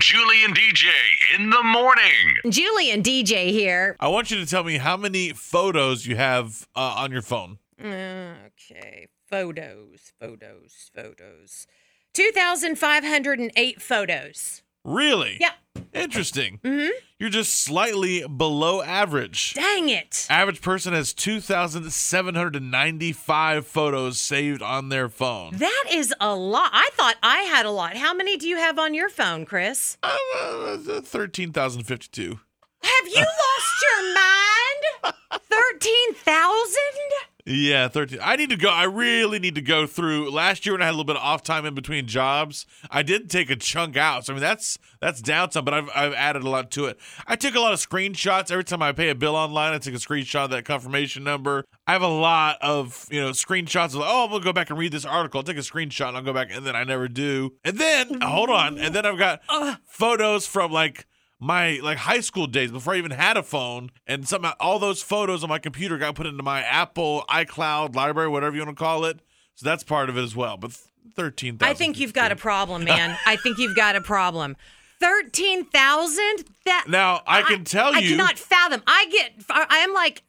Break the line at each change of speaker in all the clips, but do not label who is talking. Julie and DJ in the morning.
Julie and DJ here.
I want you to tell me how many photos you have uh, on your phone.
Okay, photos, photos, photos. 2,508 photos.
Really?
Yeah.
Interesting.
Mhm.
You're just slightly below average.
Dang it.
Average person has 2,795 photos saved on their phone.
That is a lot. I thought I had a lot. How many do you have on your phone, Chris?
Uh, uh, uh, 13,052.
Have you lost your mind? 13,000?
Yeah, 13. I need to go. I really need to go through. Last year when I had a little bit of off time in between jobs, I did take a chunk out. So I mean, that's that's down some, but I've I've added a lot to it. I took a lot of screenshots every time I pay a bill online. I take a screenshot of that confirmation number. I have a lot of, you know, screenshots of like, oh, we'll go back and read this article. I'll take a screenshot and I'll go back and then I never do. And then hold on. And then I've got photos from like my like high school days before I even had a phone, and somehow all those photos on my computer got put into my Apple iCloud library, whatever you want to call it. So that's part of it as well. But thirteen thousand.
I think you've got a problem, man. I think you've got a problem. 13,000? That
Now I can tell
I
you.
cannot fathom. I get, I am like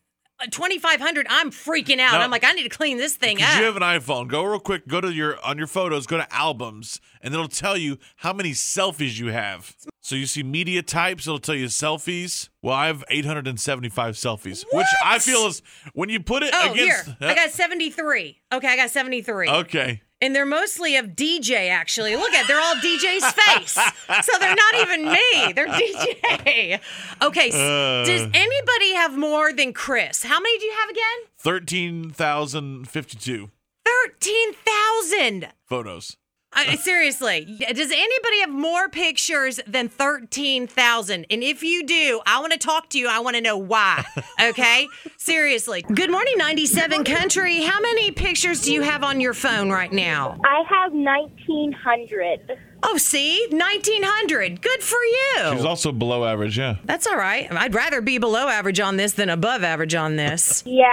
2,500. I'm freaking out.
No.
I'm like, I need to clean this thing
because
up.
you have an iPhone, go real quick. Go to your on your photos. Go to albums, and it'll tell you how many selfies you have. So you see media types. It'll tell you selfies. Well, I have 875 selfies, which I
What?
feel is when you put it
oh,
against.
here. I got 73. Okay, I got 73.
okay.
And they're mostly of DJ, actually. Look at, they're all DJ's face. So they're not even me. They're DJ. Okay, s-
Uh.
does anybody have more than Chris? How many do you have again?
Thirteen thousand fifty-two
13,000.
photos.
I, seriously, y- does anybody have more pictures than 13,000? And if you do, I want to talk to you. I want to know why. Okay? seriously. Good morning, 97 Country. How many pictures do you have on your phone right now?
I have 1900.
Oh, see? 1,900. Good for
She's
you.
also below average, yeah.
That's all right. I'd rather be below average on this than above average on this.
Yeah.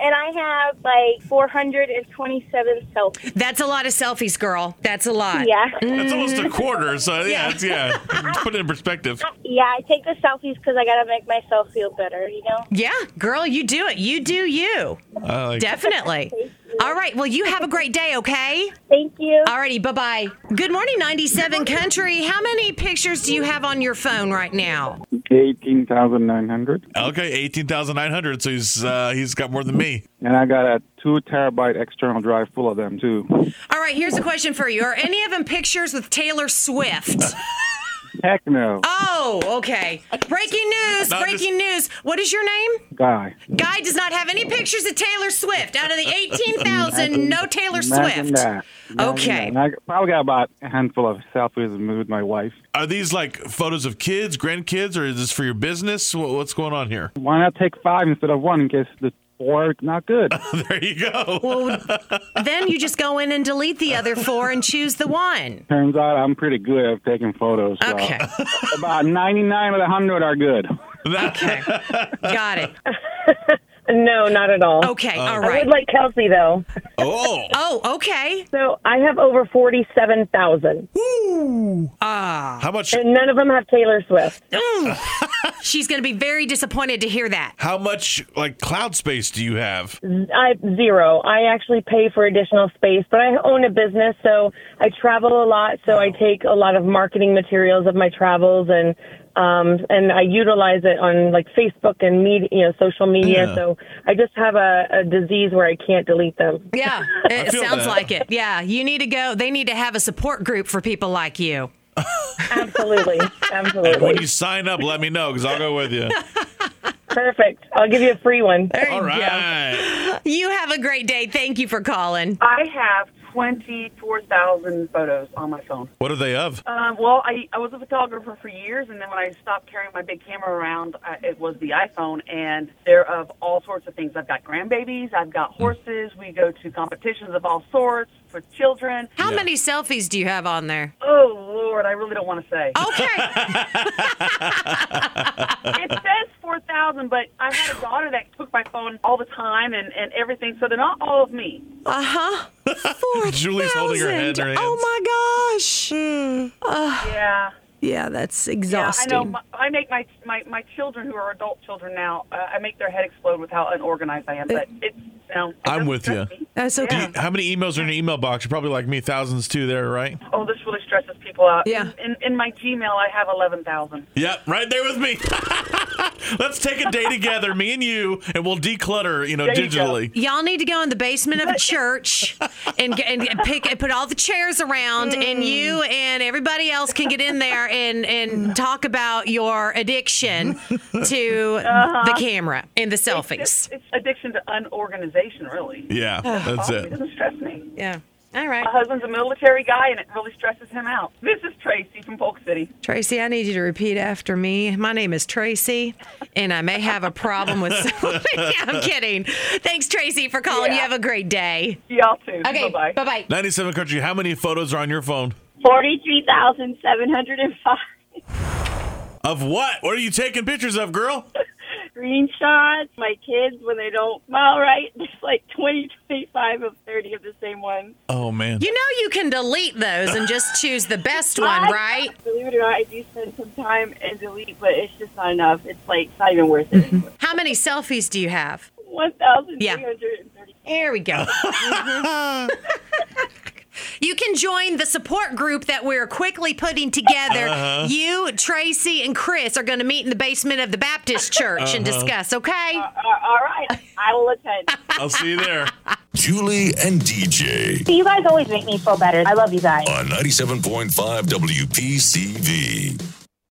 And I have like 427 selfies.
That's a lot of selfies, girl. That's a lot.
Yeah.
That's almost a quarter, so yeah, it's, yeah. Put it in perspective.
Yeah, I take the selfies because I got to make myself feel better, you know?
Yeah, girl, you do it. You do you.
I like
Definitely. All right. Well, you have a great day, okay?
Thank you.
Alrighty, bye bye. Good morning, 97 Country. How many pictures do you have on your phone right now?
18,900.
okay, eighteen thousand nine hundred. So he's uh, he's got more than me.
And I got a two terabyte external drive full of them, too.
All right, here's a question for you. Are any of them pictures with Taylor Swift?
Heck no,
Oh, okay. Breaking news,
No, I'm
breaking news. What is your name?
guy.
Guy does not have any pictures of Taylor Swift. Out of the 18,000, no Taylor
Imagine
Swift.
that. Imagine
Okay.
that. And I probably got about a handful of selfies with my wife.
Are these like photos of kids, grandkids, or is this for your business? Wha- What's going on here?
Why not take five instead of one in case the four not good?
There you go.
Well, then you just go in and delete the other four and choose the one.
Turns out I'm pretty good at taking photos. so
Okay.
About 99 out of 100 are good.
Okay. Got it.
No, not at all.
Okay. All
Uh, I
right.
would like Kelsey though.
Oh,
Oh, okay.
So I have over forty-seven thousand,
how much?
and none of them have Taylor Swift.
Mm. She's going to be very disappointed to hear that.
How much like cloud space do you have?
I zero. I actually pay for additional space, but I own a business, so I travel a lot. So I take a lot of marketing materials of my travels, and um, and I utilize it on like Facebook and media, you know, social media.
Yeah.
So I just have a, a disease where I can't delete them.
Yeah, it
feel
sounds
that.
like it. Yeah, you need to go. They need to have a support group for people like you.
Absolutely,
When
absolutely,
you sign up, let me know because I'll go with you.
perfect. I'll give you a free one.
you
All
go.
right.
You have a great day. Thank you for calling.
I have 24,000 photos on my phone.
What are they of?
Um, well, I, I was a photographer for years, and then when I stopped carrying my big camera around, I, it was the iPhone, and they're of all sorts of things. I've got grandbabies, I've got horses, we go to competitions of all sorts for children.
How many selfies do you have on there?
Oh, Lord, I really don't want to say.
Oh, Okay.
It says 4,000, but I had a daughter that took my phone all the time and, and everything, so they're not all of me.
Uh huh. Mm.
Julie's holding her head in her hands.
Oh my gosh.
Yeah.
Yeah, that's
Yeah, I
exhausting.
know. My- I make my, my my children, who are adult children now, uh, I make their head explode with how unorganized I am. But it's, you know, it
I'm
doesn't
with
stress
ya.
me.
That's
Yeah.
okay.
Do you- how many emails are in your email box? You're probably like me, thousands too. There, right?
Oh, this really stresses people out.
Yeah.
In, in, in my Gmail, I have eleven thousand.
Yep, right there with me. Let's take a day together, me and you, and we'll declutter, you know,
There you go.
digitally.
Y'all need to go in the basement of a church and get, and pick and put all the chairs around, and you and everybody else can get in there and and talk about your addiction to the camera and the selfies.
It's, it's addiction to unorganization, really.
Yeah, that's
Honestly,
it.
doesn't stress me.
Yeah. All right,
My husband's a military guy, and it really stresses him out. This is Tracy from Polk City.
Tracy, I need you to repeat after me. My name is Tracy, and I may have a problem with. somebody. I'm kidding. Thanks, Tracy, for calling. You
Yeah.
have a great day.
Y'all too.
Okay.
Bye
Bye bye.
97 Country, how many photos are on your phone?
43,705
Of what? What are you taking pictures of, girl?
screenshots. My kids, when they don't smile right, there's like 20, 25 of 30 of the same one.
Oh, man.
You know you can delete those and just choose the best one, right?
Believe it or not, I do spend some time and delete, but it's just not enough. It's like it's not even worth it.
How many selfies do you have?
1,330.
There we go. You can join the support group that we're quickly putting together. You, Tracy, and Chris are going to meet in the basement of the Baptist church and discuss, okay?
All right, I will attend.
I'll see you there.
Julie and DJ
you guys always make me feel better. I love you guys.
on 97.5 WPCV.